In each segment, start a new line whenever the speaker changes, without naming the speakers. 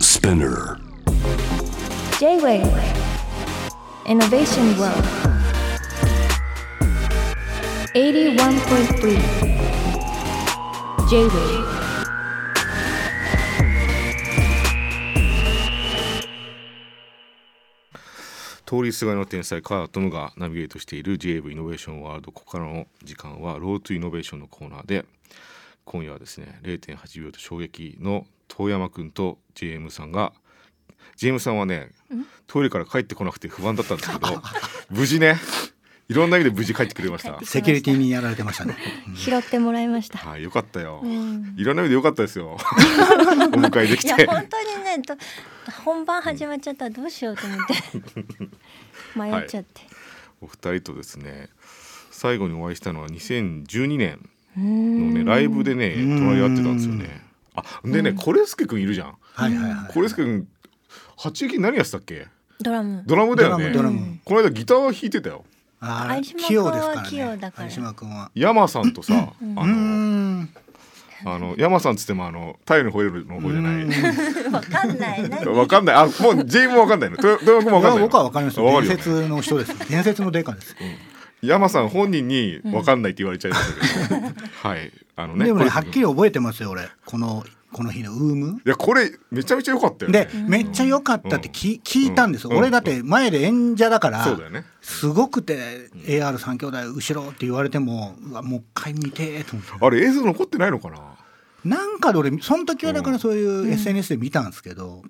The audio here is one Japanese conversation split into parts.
Spinner.
J-Wave Innovation World 81.3 J-Wave
通りすがりの天才カートムがナビゲートしている JAV イノベーションワールドここからの時間はロートゥイノベーションのコーナーで今夜はですね0.8秒と衝撃の遠山くんと JM さんが JM さんはねトイレから帰ってこなくて不安だったんですけど無事ねいろんな意味で無事帰ってくれました
帰っ。て
セキュリティにやられてましたね。
拾ってもらいました
はい、よかったよ。
ん
いろんな意味でよかったです よ。お迎えで
い
き
や
て。
本当にねど本番始まっちゃったらどうしようと思って迷っちゃって、
お二人とですね最後にお会いしたのは2012年
うー
の
ん
ねライブでね
ん
隣り合ってたんですよねあでねコレスケ君いるじゃん
はいはいはい。
コレスケ君八駅何やってたっけ
ドラム
ドラムだよね
ドラムドラ
うん
ム
この間ギター弾いてたよ
あ
相
ー
島
器用ですか
君は
ら
器用
ね
だから
相島君は。
山さんとさあ
う
の
ーん。
あの山さんっつってもあの太陽の吠えるの方じゃない
わかんない何
わかんないあもう全員もわかんないの豊山君もわかん
僕は
ないの
僕はわかりますよ。
わよ
伝
ね
説の 人です。伝説のデカです。
山さん本人に分かんないって言われちゃいましたけど、 はいあのね
でも
こ
ね
れ
はっきり覚えてますよ俺。このこの日のウーム。
いやこれめちゃめちゃ良かったよね
でめっちゃ良かったってき聞いたんですよ。
うん
俺だって前で演者だから。
そうだよね
すごくて AR 三兄弟後ろって言われてもうわもう一回見てーと思って
あれ映像残ってないのかな
なんかで俺その時はだからそういう SNS で見たんですけど、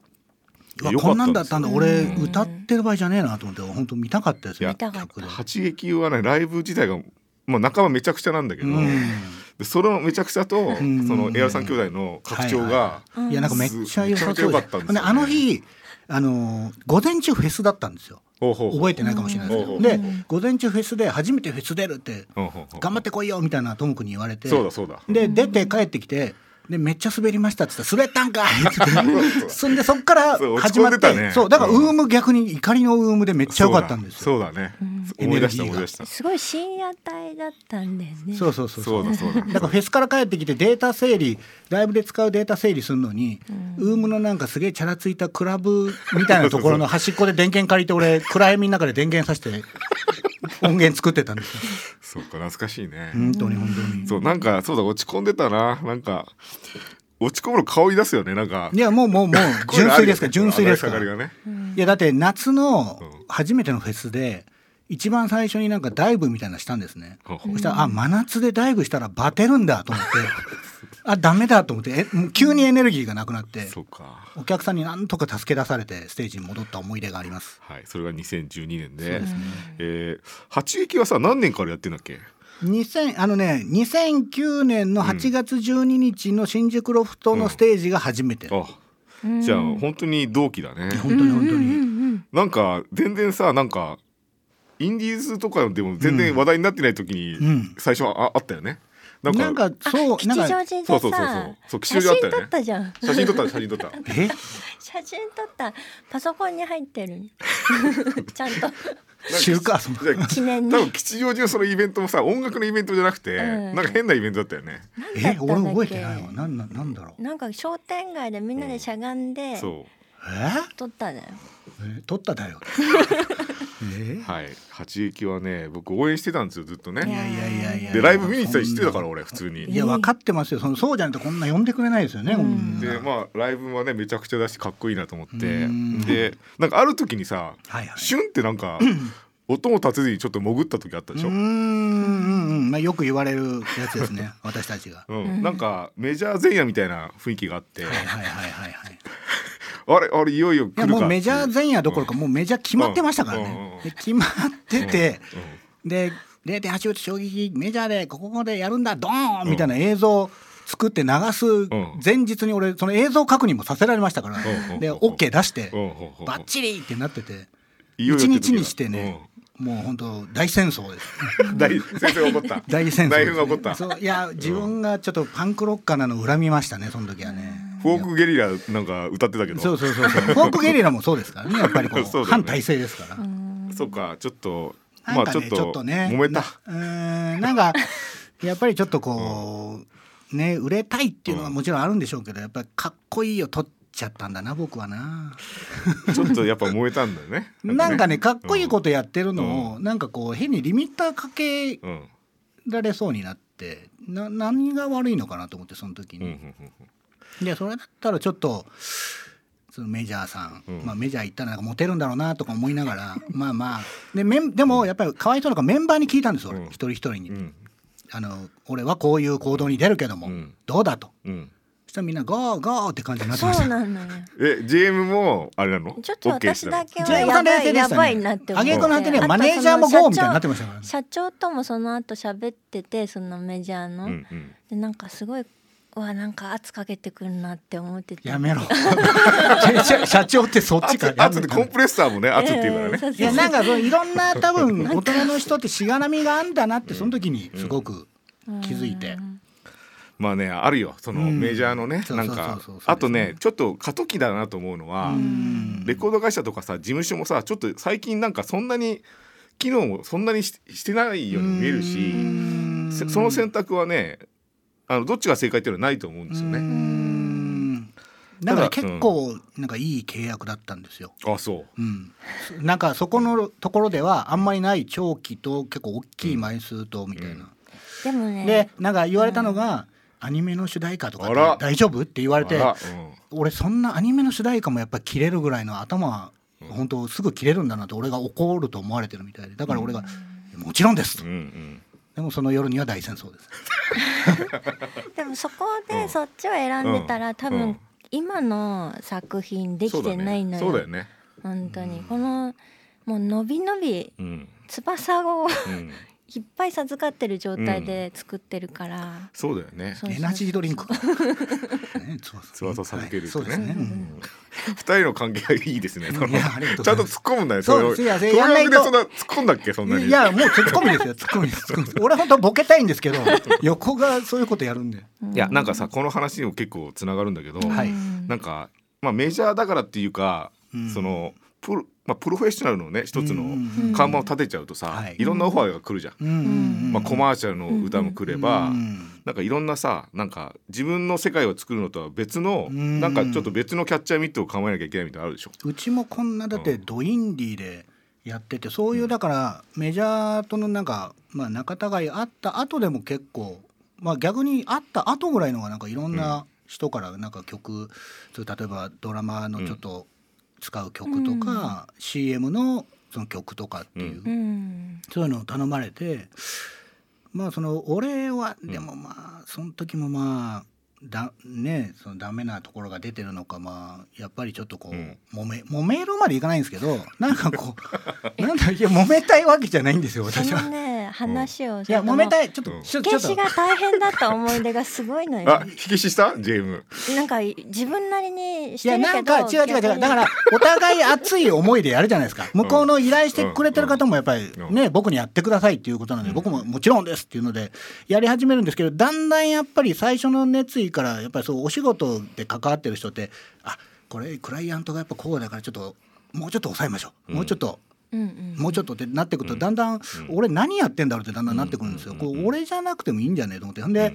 うわ
よか
こ
ったです
んなんだったんだ俺歌ってる場合じゃねえなと思って本当見たかったですよ
見
たかった
曲で
八撃はねライブ自体がまあ仲間めちゃくちゃなんだけど、
うん
でそのめちゃくちゃと、
ん
そのエア三兄弟の拡張が、
はいはいはいいやなんかめっちゃ良さそ
め
う
ちゃめちゃ良か
で
ったんですよ
であの日あの午前中フェスだったんですよ
ほうほうほう
覚えてないかもしれないですけ
う
ど
ん
で午前中フェスで初めてフェス出るって
うんうんうん
頑張ってこいよみたいなともくんに言われて
そうだそうだ
で出て帰ってきてでめっちゃ滑りましたって言ったら滑ったんか いってそんでそっから
そう落ち
始
込
ま
ん
っ
で
て
たね
そうだから
う
ウ
ん
ーム逆に怒りのウームでめっちゃ良かったんですよ
そうだそうだね、思い出した思い出した
すごい深夜帯だったんだよね
そうそうそうそ
そううだそうだ
だからフェスから帰ってきてデータ整理ライブで使うデータ整理するのに、ウームのなんかすげえチャラついたクラブみたいなと ころの端っこで電源借りて俺暗闇の中で電源さして音源作ってたんですよ
そうか懐かしいね、
本当に本当に
そうなんかそうだ落ち込んでたななんか落ち込むの顔に出すよねなんか
いやもうもうも う純粋ですから純粋ですか
上
ら
がり下がりがね
いやだって夏の
うん
初めてのフェスで一番最初になんかダイブみたいなのしたんですね、
ほうほう
そしたらあ真夏でダイブしたらバテるんだと思ってあダメだと思ってえもう急にエネルギーがなくなって
そうか
お客さんになんとか助け出されてステージに戻った思い出があります
はい、それが2012年で、えー八撃はさ何年からやってんだっけ？
2000あのね2009年の8月12日の新宿ロフトのステージが初めて、
あ、じゃあ本当に同期だね。
本当に本当に
なんか全然さなんかインディーズとかでも全然話題になってない時に、
ん
最初はああったよね。なんか
なんかそう
吉
なん
祥
か
寺
そう
で
そうそうそ
さ
うそう吉祥
写
寺あ
真
ったよね
撮ったじゃん
写真撮った写真撮 った。
え
写真撮ったパソコンに入ってるちゃんと
知る かその
じゃあ
記念に
多分吉祥寺のそのイベントもさ音楽のイベントじゃなくて、
うん
なんか変なイベントだったよね。
え
なんだったんだっけ
俺覚えてないわなんななんだろう
なんか商店街でみんなでしゃがんで
そ
え
撮ったんだよ
え取った だよえ
うはい八撃はね僕応援してたんですよずっと
いや
ね。
いやいやいや
でライブ見に行ってたりしてたから俺普通に。
いや分かってますよそのそうじゃないとこんな呼んでくれないですよね、こんな
でまあライブはねめちゃくちゃだしかっこいいなと思って
うん
でなんかある時にさ、
はいはい
シュンってなん か音も立てずにちょっと潜った時あったでし
う
ょ、
ー
うん
んうんうんまあよく言われるやつですね 私たちが
なんかメジャー前夜みたいな雰囲気があって、
はいはいはいは いはい
あれあれいよいよ
い
来
や
るか
もうメジャー前夜どころ
か、
かもうメジャー決まってましたから
うんうんうんう
ね
ん
で決まってて
うんうん
で0.8秒と衝撃メジャーでここまでやるんだドーンみたいな映像を作って流す
ん
前日に俺その映像確認もさせられましたから
うんうん
で
うん
OK 出して
うんうんうん
バッチリってなってて
いよいよ
一
って時
日
が
にしてねもう本当大戦争です
うん大先生が怒った
大戦争です
大
ね
変が怒った
そういや自分がちょっとパンクロッカーなのを恨みましたねその時はね
フォークゲリラなんか歌ってたけど
そうそうそうそうフォークゲリラもそうですからねやっぱりこ
そう
う
だね
反体制ですから
そうかちょっと
なん
まあ
か
ちょっ
ねちょっ
と
とね
揉めた
なうーんなんかやっぱりちょっとこうね売れたいっていうのはもちろんあるんでしょうけどやっぱりかっこいいよとちゃったんだな僕はな。
ちょっとやっぱ燃えたんだよね
なんかねかっこいいことやってるのを、なんかこう変にリミッターかけ
うんうん
られそうになってな何が悪いのかなと思ってその時
うんう
に。
んうん
でそれだったらちょっとそのメジャーさん、
うん
まあ、メジャー行ったらなんかモテるんだろうなとか思いながら まあまあでメンでもやっぱりかわいそうなのかメンバーに聞いたんです俺、
うん
一人一人に、
うん
あの「俺はこういう行動に出るけども、
うん
どうだ?」と
うん
そしたらみんな「ゴーゴー」って感じになって
そう
ました。
なのよ。
え JM もあれなの
ちょっと
OK し
私
たの
だけはやばい、やばいなって思
あ
って。
げこの果てね
あと
マネージャーも
その
ゴーみたいになってましたからね
社長ともその後喋っててそのメジャーの、
うんうん
でなんかすごいうわなんか圧かけてくるなって思ってて
やめろ社 社長ってそっち
圧
か
圧ってコンプレッサーもね圧っていうからね、
えーそうそう
いやなんかそういろんな多分大人の人ってしがらみがあんだなってその時にすごく気づいて、
まあねあるよその
うん
メジャーのね、
そう
な
そうんそう
か
そうですね
あとねちょっと過渡期だなと思うのは、
うん
レコード会社とかさ事務所もさちょっと最近なんかそんなに機能もそんなにししてないように見えるしせその選択はねあのどっちが正解っていうのはないと思うんですよ
う
ね。
んなんかね
ただ
結構なんかいい契約だったんですよ。
あそう
うん、なんかそこのところではあんまりない長期と結構大きい枚数とみたいな。
でもね
でなんか言われたのが、アニメの主題歌とか
あら
って大丈夫って言われて
あらうん
俺そんなアニメの主題歌もやっぱ切れるぐらいの頭は本当すぐ切れるんだなと俺が怒ると思われてるみたいでだから俺が「もちろんです」と
うんうん
でもその夜には大戦争です。
でもそこでそっちを選んでたら、
うん
多
うん
分今の作品で
そ
き
う
て
だ
ないの
ね
よ
そうだよね。
本当にこのもう伸び伸び
うん
翼を
うん
いっぱい授かってる状態で作ってるから、
そうだよね。
そう
エナジードリンク。ね、翼
翼授ける
は
と
いそう
ね
ですね。うん
二人の関係がいいですね。その
いやありがとうご
ちゃ
ざ
んと
いま
突
す
っ込むんだよ。
そう
れ
いや
東
やんない
学
と
でそんな突っ込んだっけそんなに。
いやもうツッコミですよツッコミですツッコミ です俺本当ボケたいんですけど横がそういうことやるんで
いやなんかさこの話にも結構つながるんだけど、
はい
なんか、まあ、メジャーだからっていうか、
うん
そのプロ,、まあ、プロフェッショナルのね一つ
うんう
の
ん
看板を立てちゃうとさ、
はい
い、ろんなオファーが来るじゃん、
うんうん
まあ、コマーシャルの歌も来れば、
うん
なんかいろんなさなんか自分の世界を作るのとは別の、
うん
なんかちょっと別のキャッチャーミットを構えなきゃいけないみたいなのあるでしょ。
うちもこんなだってドインディでやっててそういうだからメジャーとのなんかまあ仲違いあった後でも結構まあ逆にあった後ぐらいのがなんかいろんな人からなんか曲そう例えばドラマのちょっと使う曲とか CM のその曲とかっていう
うん
うん
そういうのを頼まれてまあその俺はでもまあその時もまあだねそのダメなところが出てるのかまあやっぱりちょっとこう、
うん
揉め揉めるまでいかないんですけどなんかこう なんだいや揉めたいわけじゃないんですよ私
その
は。
ね話を
いや揉め
い
たいちょっと、
うん
ちょち
消
ょっと
しが大変だった思い出がすごいの よ
あ引き消ししたジェーム
なんか自分なりにし
いや
てるけど
なんか違う違う違うだからお互い熱い思いでやるじゃないですか向こうの依頼してくれてる方もやっぱり
うん
ね僕にやってくださいっていうことなんで僕ももちろんですっていうのでやり始めるんですけどだんだんやっぱり最初の熱意からやっぱりそうお仕事で関わってる人ってあこれクライアントがやっぱこうだからちょっともうちょっと抑えましょうもうちょっと
うんうん
もうちょっとってなってくるとだんだん俺何やってんだろうってだんだんなってくるんですよ。こう俺じゃなくてもいいんじゃねえと思ってほんで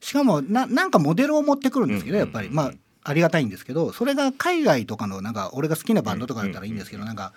しかもななんかモデルを持ってくるんですけどやっぱりまあありがたいんですけどそれが海外とかのなんか俺が好きなバンドとかだったらいいんですけどなんか。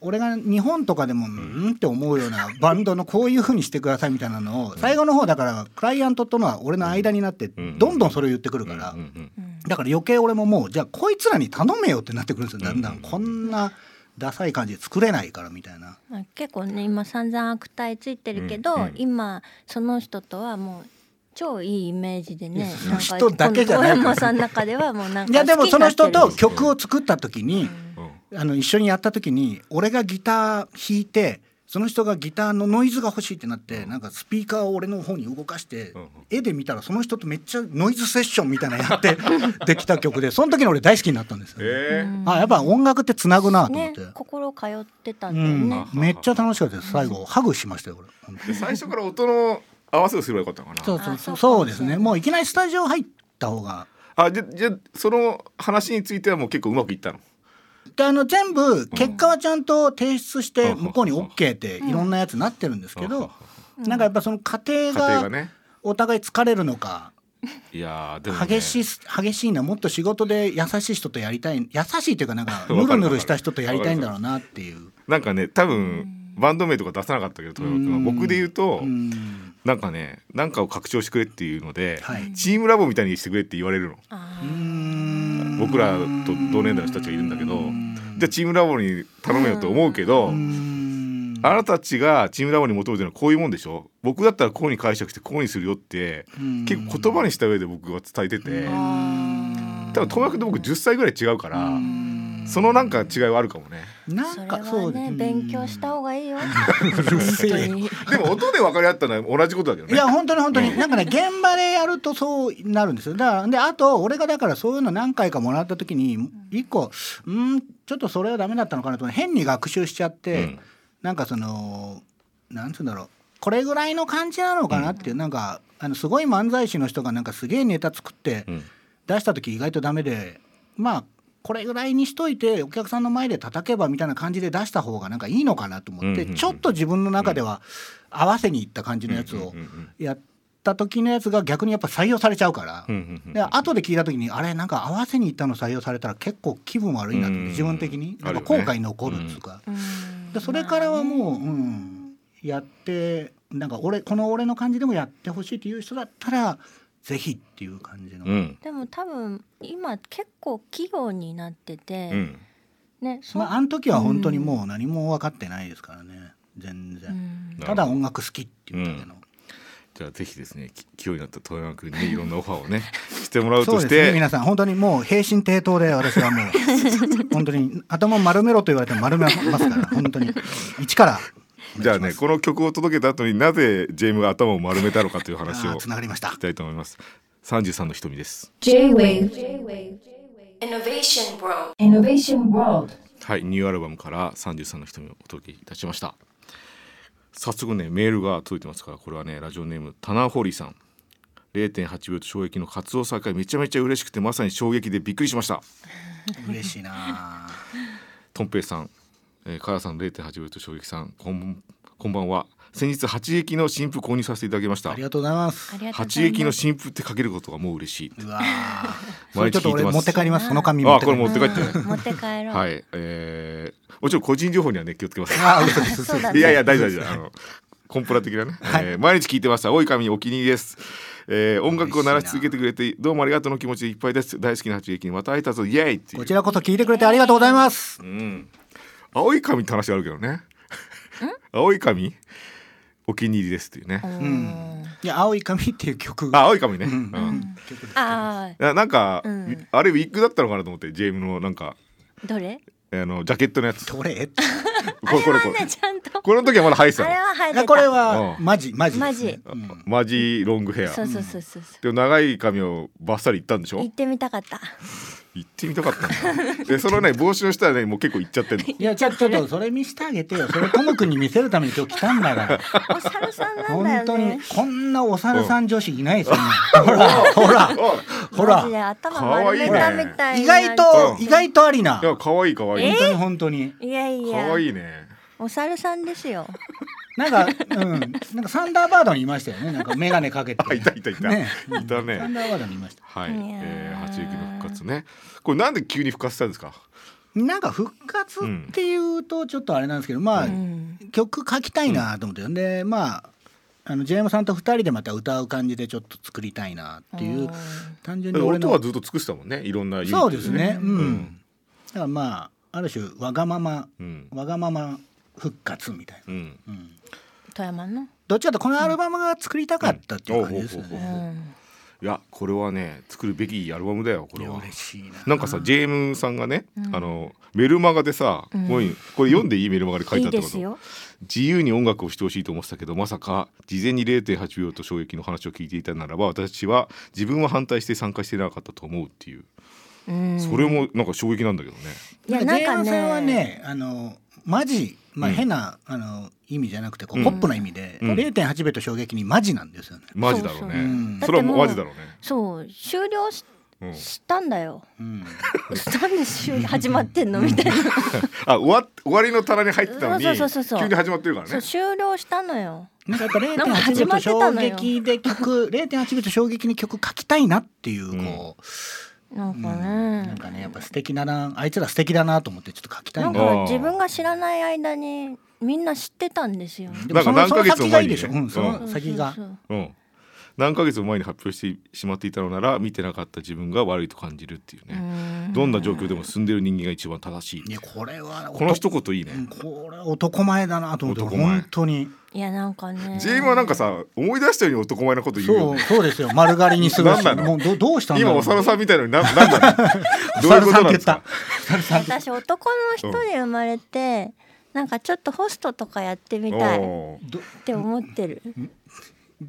俺が日本とかでもうんって思うようなバンドのこういう風にしてくださいみたいなのを最後の方だからクライアントとのは俺の間になって
ん
どんどんそれを言ってくるから
うんうん
だから余計俺ももうじゃあこいつらに頼めよってなってくるんですよだんだんこんなダサい感じで作れないからみたいな。
まあ結構ね今散々悪態ついてるけど、
うんうん
今その人とはもう超いいイメージでね
いや
なんか
その人だけじゃない
この大山さんの中ではもうなんか
いやでもその人と
好き
曲を作った時に、
うん
あの一緒にやった時に俺がギター弾いてその人がギターのノイズが欲しいってなって、なんかスピーカーを俺の方に動かして、
うん
絵で見たらその人とめっちゃノイズセッションみたいなのやって できた曲でその時に俺大好きになったんですよ、
えー
あやっぱ音楽ってつなぐなと
にな
思っ、
っててるね心通ってたん
う
だよ
ん
ね、
めっちゃ楽しかったです最後ハグしましたよ俺本当に
で最初から音の合わせをすればよかったのかな
そうそう
あ
そ
そうう
そうですねもういきなりスタジオ入った方が
あじゃじゃその話についてはもう結構うまくいったの
であの全部結果はちゃんと提出して
うん
向こうに OK っていろんなやつなってるんですけど、なんかやっぱその過程
家庭
が
がね
お互い疲れるのか
いやーでも、ね、
激しい激しいなもっと仕事で優しい人とやりたい優しいというか なんかぬるぬるした人とやりたいんだろうなっていう
なんかね多分バンド名とか出さなかったけど富山君は
うん
僕で言うと
うん
なんかねなんかを拡張してくれっていうので、
はい
チームラボみたいにしてくれって言われるの
あ
う
ー
ん
僕らと同年代の人たちがいるんだけどじゃあ
ゃ
チームラボに頼めよと思うけど、あなたたちがチームラボに求めてるのはこういうもんでしょ僕だったらこうに解釈してこうにするよって結構言葉にした上で僕は伝えてて
あ
多分友達と僕10歳ぐらい違うからそのなんか違いはあるかもね
な
ーそ
ん
れ
かそ
は
うで
ね
す
勉強した方がいいよ
うるせえ
本
でも音で分かり合ったのは同じことだけど
い
ね
や本当に本当になんかね現場でやるとそうなるんですよだからであと俺がだからそういうの何回かもらった時に一個うんちょっとそれはダメだったのかなと変に学習しちゃって、
うん
なんかそのなんつうんだろうこれぐらいの感じなのかなっていう、なんかあのすごい漫才師の人がなんかすげえネタ作って
うん
出した時意外とダメでまあこれぐらいにしといてお客さんの前で叩けばみたいな感じで出した方がなんかいいのかなと思って、
うんうんうん
ちょっと自分の中では合わせにいった感じのやつを。
うんうん
やった時のやつが逆にやっぱ採用されちゃうから、
うんうんうん
で後で聞いた時にあれなんか合わせに行ったの採用されたら結構気分悪いなって、
うん
自分的に
あ
なん
るよ
か
ね
後悔残るっていうか、でそれからはもう、うん、やってなんか俺この俺の感じでもやってほしいっていう人だったらぜひっていう感じの、
うん
でも多分今結構企業になってて、
うん
ねそ
まああの時は本当にもう何も分かってないですからね全
う
然、
ん
ただ音楽好きっていうだけの。
じゃあぜひですねき清になった富山君 にいろんなオファーをねしてもらう
そ
と
う
し
ですね
て
皆さん本当にもう平身低頭で私はもう本当に頭丸めろと言われても丸めますから本当に一から
じゃあねこの曲を届けた後になぜ JM が頭を丸めたのかという話を
あ
聞
つながりました
きたいと思います33の瞳です
J-Wave. Innovation World. Innovation World.
はいニューアルバムから33の瞳をお届けいたしました早速ねメールが届いてますからこれはねラジオネームタナホリさん0.8秒と衝撃のカツオ再開めちゃめちゃ嬉しくてまさに衝撃でびっくりしました
嬉しいな
とんぺいさん、えー、かやさん0.8秒と衝撃さんこんこんばんは先日八駅の新譜購入させていただきまし
あ
た
りがとうございます
ありがとうご
八
ざい
駅の
ます
新譜って書けることがもう嬉しい。
うわーそ
毎
れち
日
ょ
聞
っと
いて
俺
ます
持って帰りますその紙持
あ
って帰
これ持
りま
っ
す
て帰って。
うん持って帰ろう、
はい、えー、もちろん個人情報にはね気をつけます。
あー 嘘です嘘
そう
です
だ
い
ね
やいや大丈夫大丈夫あのコンプラ的なね、えー毎日聞いてます青い髪にお気に入りです、えー、音楽を鳴らし続けてくれてどうもありがとうの気持ちでいっぱいです大好きな八駅にまた会えたぞイエーイっていう
こちらこそ聞いてくれてありがとうございます
うん、青い髪って 話あるけどね青い髪お気に入りですっていうね、
うん
いや青い髪っていう曲
あ青い髪ね、うん
あ
ななんか、
うん
あれウィッグだったのかなと思ってジェームのなんか
あどれ
あのジャケットのやつ こ
どれ
れこれこ
ね
れ
ちゃんと
この時はまだ生えてた
あ
の
れは生えて
あ
た
これは
うん
マジマジ
マジ
うん
マジロングヘア
そうそうそうそうそう
でも長い髪をバッサリいったんでしょ
行ってみたかった
行ってみたかったんだ でそのね帽子の下はねもう結構いっちゃってる
いやちょちょっとそれ見せてあげてよそれトム君に見せるために今日来たんだから
お猿さんな
本
んだ
当
よ
に
ね
こんなお猿さん女子いないですよね。ほらほら
の
ほ
マジで
ら。
頭丸めたみたい
意
な
外と
うん
意外とありな。
いや
本
可愛い可愛い
当に本当に。
いやいや
可愛いね
お猿さんですよ
なんかうんなんかサンダーバードにいましたよね。なんか眼鏡かけて。
あいたいたいた、
ね
いた
サン
ね
ダーバードにいました。
はい、
いやー
えー、八駅の復活ねこれなんで急に復活したんですか
なんか復活っていうとちょっとあれなんですけど、まあ、
うん
曲書きたいなと思って、でまああのジェームさんと二人でまた歌う感じでちょっと作りたいなっていう、単純に俺
音
の
はずっと尽くしたもんねいろんなユニッ
そ
ト
うです
ね
ね。うん。
うん
だからまあある種わがまま
うん
わがまま復活みたいな。
うん
うん
富山の
どっちかというとこのアルバムが作りたかったっていう感じですよ
うんおうおうおう
う
ね。
ん
いやこれはね作るべきアルバムだよこ
い
れ
や
は
嬉しいな。
なんかさ JM さんがね、あのメルマガでさ、もういいこれ読んでいいメルマガで書い
い
てあ
い
った
で
こと
すよ
自由に音楽をしてほしいと思ってたけどまさか事前に0.8秒と衝撃の話を聞いていたならば私は自分は反対して参加してなかったと思うっていう、
うん
それもなんか衝撃なんだけどね
いや
な
なんん
か
か
JM さんは
ね
ね、あのマジ、まあ
うん
変な、あの意味じゃなくてこう、
うん
ポップな意味で、
うん
0.8秒と衝撃にマジなんですよね。
マジだろうね
そう
そ
そう
れはもうマジだろうね
そう終了し
うん、
したんだよ
うん、
なんで週始まってんのみたいな
あ終わっ終わりの棚に入ってたのに
そうそうそうそう
急に始まってるから
そう
ね
終了したのよ
なんかやっぱ
なんか始
0.8
まってた
秒と衝
のよ
撃で曲0.8秒と衝撃に曲書きたいなっていうこ
なん
う、
か
うん
ね
なんかねやっぱ素敵だなあいつら素敵だなと思ってちょっと書きたい
な
なん
あ
か
ー
自分が知らない間にみんな知ってたんですよ
でもその
なんか何ヶ月
その先がいいでしょ、
も前
う
に
ん、そ
うん
の先が
そうそう
うん何ヶ月も前に発表してしまっていたのなら見てなかった自分が悪いと感じるっていう
そう
ね、
う
どんな状況でも進んでる人間が一番正しい
いやこれは
この一言いいね、
うんこれ男前だなと思って
男前
本当に
いやなんかね
ジェイムはなんかさ思い出したように男前なこと言うよ
そ
ね
うそうですよ丸刈りにするし
何なの
もうどどうしたんだ
今
ろう
お猿さんみたいなのにななんだろうどういうことなんですか
私男の人で生まれてなんかちょっとホストとかやってみたいっ
おー
ど
て思ってる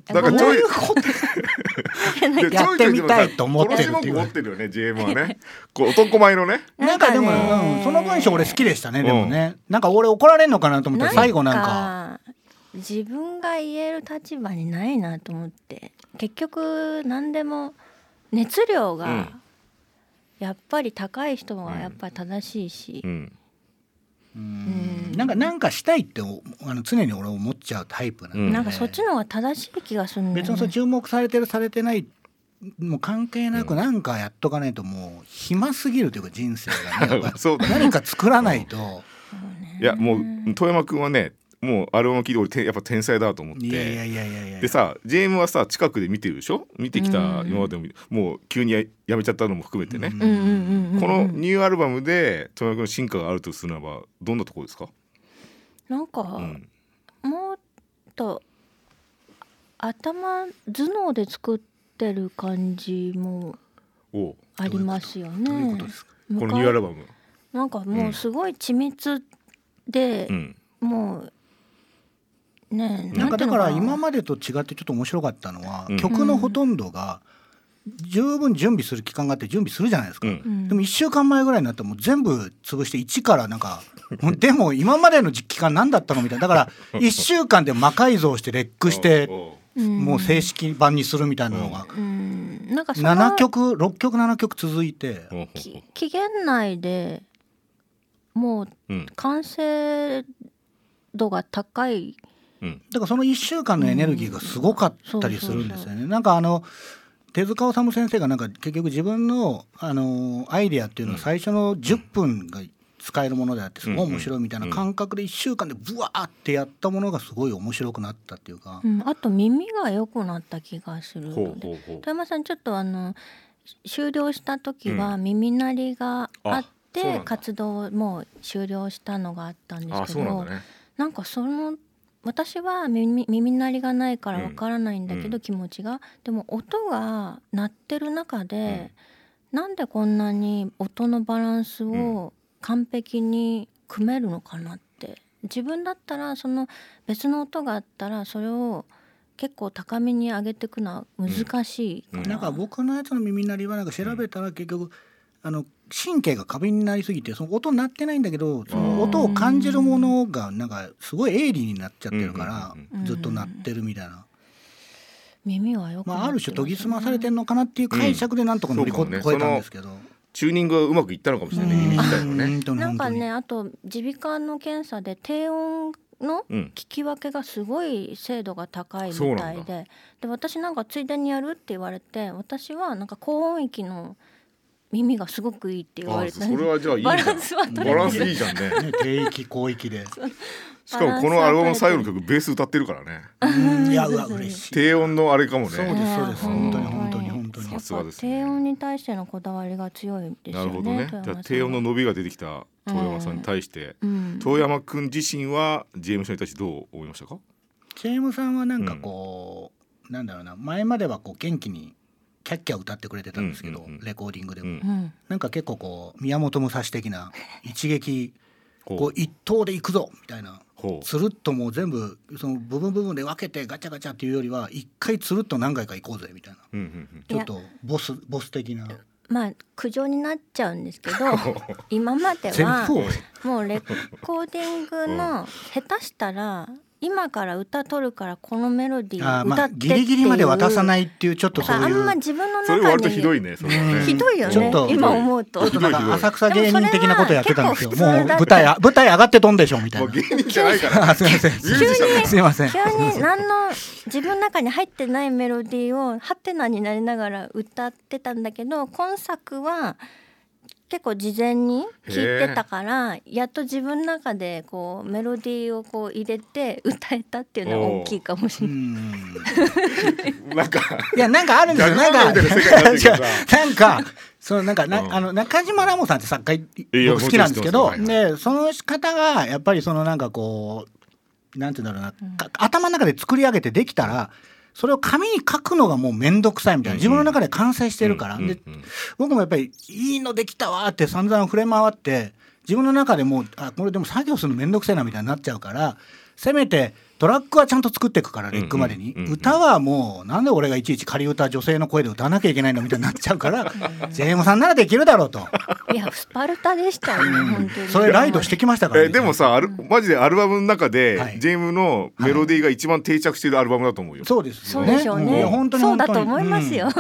なんかちょいで
やってみたいと思ってる
ち
っ
ょい
て
ちょ
い
いでもさこの種目
う
持ってるよね GM はねこう男前のね
なんかでも、うん、その文章俺好きでしたねでもね、なんか俺怒られんのかなと思ったら最後なんか
んか自分が言える立場にないなと思って結局何でも熱量
うん
がやっぱり高い人はやっぱり正しいし、
うん
うんなんかなんかしたいっておあの常に俺思っちゃうタイプなんで、
うん
なんかそっちの方が正しい気がするんだよ、ね、
別にそれ注目されてるされてないもう関係な
う
くなんかやっとかないともう暇すぎるというか人生が ねやっぱ
そうだね
何か作らないと
いやもう富山君はねもうあれを聞いて俺てやっぱ天才だと 思って
いやいやいやいやいや
でさ JM はさ近くで見てるでしょ見てきた今までも、もう急にややめちゃったのも含めてね、
うんうんうんうん
このニューアルバムで富山君の進化があるとするならばどんなところですか、
なんか、
うん
もっと頭頭脳で作ってる感じも
おう
ありますよ
どういう
ね
ことですか
この
昔
ニューアルバム、
なんかもうすごい緻密で
う、ん、
もうねえ
なんかだから今
ま
までと違ってちょっと面白かったのは、
うん
曲のほとんどが十分準備する期間があって準備するじゃないですか、
うん
でも1週間前ぐらいになったらもう全部潰して1からなんかもうでも今までの期間何だったのみたいな だから1週間で魔改造してレックして
おう
もう正式版にするみたいなのが
うんなんかその
7曲6曲7曲続いて
おうおう
き期限内でもう
うん
完成度が高い
うん
だからその1週間のエネルギーがすごかったりするんですよね。なんかあの手塚治虫先生がなんか結局自分のあのアイディアっていうのは最初の10分が使えるものであってすごい面白いみたいな感覚で1週間でブワーってやったものがすごい面白くなったっていうか
う、ん、あと耳が良くなった気がする
ほう
ので
ほうほ
富
う
山さんちょっとあの終了した時は耳鳴りがあっ
あそう
て、
なんだ
活動をもう終了したのがあったんです
あ
け
そう
ど
なんだね
なんかその私は耳耳鳴りがないからわからないんだけど、
うん
気持ちがでも音が鳴ってる中で、なんでこんなに音のバランスを完璧に組めるのかなって自分だったらその別の音があったらそれを結構高めに上げていくのは難しいから、
うん
なんか僕のやつの耳鳴りはなんか調べたら結局あの神経が過敏になりすぎてその音鳴ってないんだけどその音を感じるものがなんかすごい鋭利になっちゃってるか
うんうん
うんう
ら
ん
ずっと鳴ってるみたいな。
耳はよくなって
まあ、ある種研ぎ澄まさ
れ
れてるのかなっていう解釈でなんとか乗り越
うんそうかもね
えたんですけど、
チューニングがうまくいったのかもしれないね耳自体はね
本当に
なん
本
か
当に
ねあと耳鼻科の検査で低音の
うん
聞き分けがすごい精度が高い
そう
み
な
た
ん
い
だ
でで私なんかついでにやるって言われて私はなんか高音域の耳がすごくいいって言わ
あ
れ
そ
た
れはじゃあいいじゃ
バ
ん
ランスは取れ
バ
て
ラン
る
スいいじゃんね
ね低域広域で
しかもこのアルバムの最後の曲ベース歌ってるからね
うんいやうわ嬉しい
低音のあれかもね
そうですそうです
うん
本当に本当に本当に
や
さ
っ
すが
ぱ
です
低
ね
音に対してのこだわりが強いです
な
よ
る
ね
ほどね
富山さん
じゃあ
は
低音の伸びが出てきた遠山さんに対して、
うん
遠山君自身は GM さんに対してどう思いましたか、
チェームさんはなんかこう、なんだろうな前まではこう元気にキャッキャ歌ってくれてたんですけど、
うんうんうん
レコーディングで
う
も、
ん
うん
なんか結構こう宮本武蔵的な一撃こ
ほ
う一刀で行くぞみたいな
ほ
つるっともう全部その部分部分で分けてガチャガチャっていうよりは一回つるっと何回か行こうぜみたいな
う、うんうん
ちょっとボスボス的な
まあ苦情になっちゃうんです けど今までは
全部を
もうレコーディングの下手したら今から歌取るからこのメロディ
あ
ー
ーま
歌
あ
ってって
ギリギリまで渡さないいっていうちょっと
う
そう
ああん
いう
ま自分の
それ
中
割
に
とひどいねそれはね
ひどいよ
ちょっ
ね
と
今思うと
ちょっと
なんか浅草芸人的なことやってたんですよ
でもそれ
もう
は結構
舞台あ舞台上がってとんでしょみた
も
いうな
芸人じゃないから
あすいません
ミュージシャンだ
すいません
急に何の自分の中に入ってないメロディーをハテナになりながら歌ってたんだけど今作は結構事前に聞いてたからやっと自分の中でこうメロディーをこう入れて歌えたっていうのは大きいかもし
う
れない。
ん
なんか
いやなんかあるんですよなんか
逆にみたいな世界になってるけど
なんかそのなんかな、
うん
あの中島ラモさんって作家
いや
僕好きなんですけど
本当に知ってます
でその方がやっぱりそのなんかこうなんて言うんだろうな、か頭の中で作り上げてできたらそれを紙に書くのがもう面倒くさいみたいな、
うんうん
自分の中で完成してるから、
うんうんうん
で僕もやっぱりいいのできたわーって散々触れ回って自分の中でもうあこれでも作業するの面倒くせえなみたいになっちゃうからせめてトラックはちゃんと作っていくからレックまでに、
うんうんうんうん
歌はもうなんで俺がいちいち仮歌女性の声で歌わなきゃいけないのみたいになっちゃうから JM さんならできるだろうと
いやスパルタでしたよね本当に。
それライドしてきましたから、
えでもさあるマジでアルバムの中
は
で
い
ジェームのメロディーが一番定着してるアルバムだと思うよ。
そうです
そ
よ
う
ね
でしょう
うんい
ね。
や本当に
そう
本当
だ
に
と思いますよ。
うん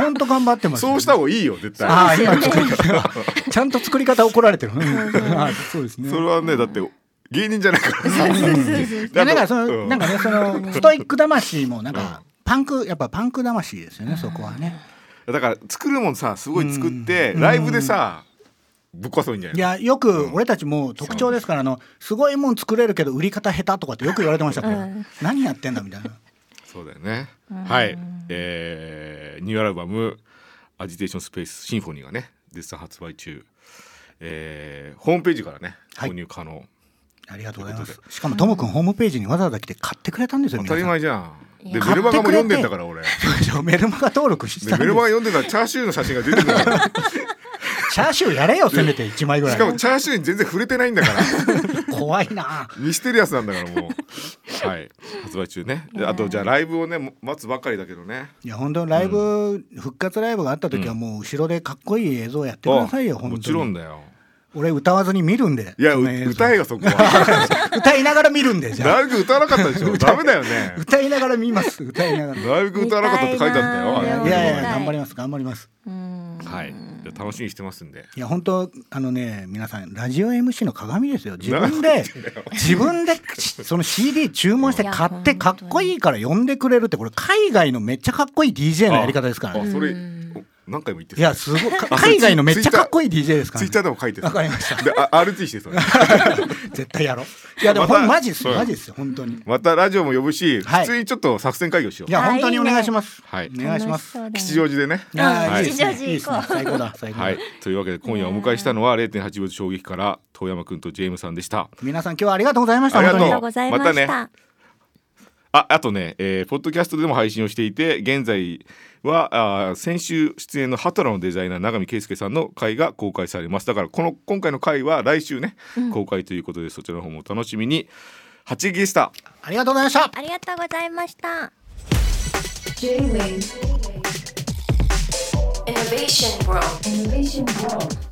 本当頑張ってますよ
そうした方がいいよ絶対。
ああ今作り方ちゃんと作り方怒られてる、うんあそうですね
それはねだって芸人じゃ ないからさ。
いやだからそ
うん
のなんかね そのストイック魂もなんかパンクやっぱパンク魂ですよねそこはね。
だから作るもんさすごい作って
うん
ライブでさぶっ壊そういいんじゃ
い
ない
やよく俺たちもう特徴ですからあのすごいもん作れるけど売り方下手とかってよく言われてましたから
うん
何やってんだみたいな。
そうだよね。はい、えーニューアルバム「アジテーションスペースシンフォニー」がね絶賛発売中、えーホームページからね
はい
購入可能、
ありがとうございます。しかもともくんホームページにわざわざ来て買ってくれたんですよ。
当たり前じゃん。
い
で
や
メルマガも読んでんだから俺。
皆さんメルマガ登録し
で
たん
メ
で
ルマガ読んでたらチャーシューの写真が出てくるから。
チャーシューやれよせめて一枚ぐら
しかも
い。
チャーシューに全然触れてないんだから
怖いな。
ミステリアスなんだからもうはい発売中ねであとじゃあライブをねも待つばっかりだけどね
いや本当ライブ復活ライブがあった時はもう後ろでかっこいい映像やってくださいよ
あ
本当に。
もちろんだよ
俺歌わずに見るんで。
いや
そうの映像
歌えよそこは
歌いながら見るんでじゃ
ラ
あ
イブ歌わなかったでしょダメだよね
歌いながら見ます歌いながら
ライブ歌わなかったって書いてあった
見た
よ
な
あ
ー
れ
いやいや
見たい
頑張ります頑張ります
うん
はいじゃあ楽しみにしてますんで
いや本当あのね皆さんラジオ MC の鏡ですよ自分で自分でしその CD 注文して買っ
い
て
や
かっこいいから呼んでくれるってこれ海外のめっちゃかっこいい DJ のやり方ですから
あ
ね
それ
うん
お何回も言って
いやすごいか海外のめっちゃかっこいい DJ ですから
ツイ
ね
ッターでも書いて
わかりました
であ RT してそれ
絶対やろういやでもほ
ま
ん
た
マジっす
そう
マジっす本当に
またラジオも呼ぶし
はい
普通にちょっと作戦会議をしよ
いうや本当にお願いします
はい
お願いします
楽し
吉
そうだね
祥寺でね
あ
は
ー
い
いいですね
吉祥寺
いいです
行
ね
こう
最高だ最高だ
はいというわけで今夜お迎えしたのは0.8秒衝撃から遠山くんとジェームさんでした
皆さん今日はありがとうございました本
あり
当
が
に
とうございました。
またああとね、えーポッドキャストでも配信をしていて現在はあー先週出演のハトラのデザイナー永見圭介さんの回が公開されますだからこの今回の回は来週ね、公開ということでそちらの方もお楽しみに八木でした
ありがとうございました
ありがとうございました。
J-Wave. Innovation World. Innovation World.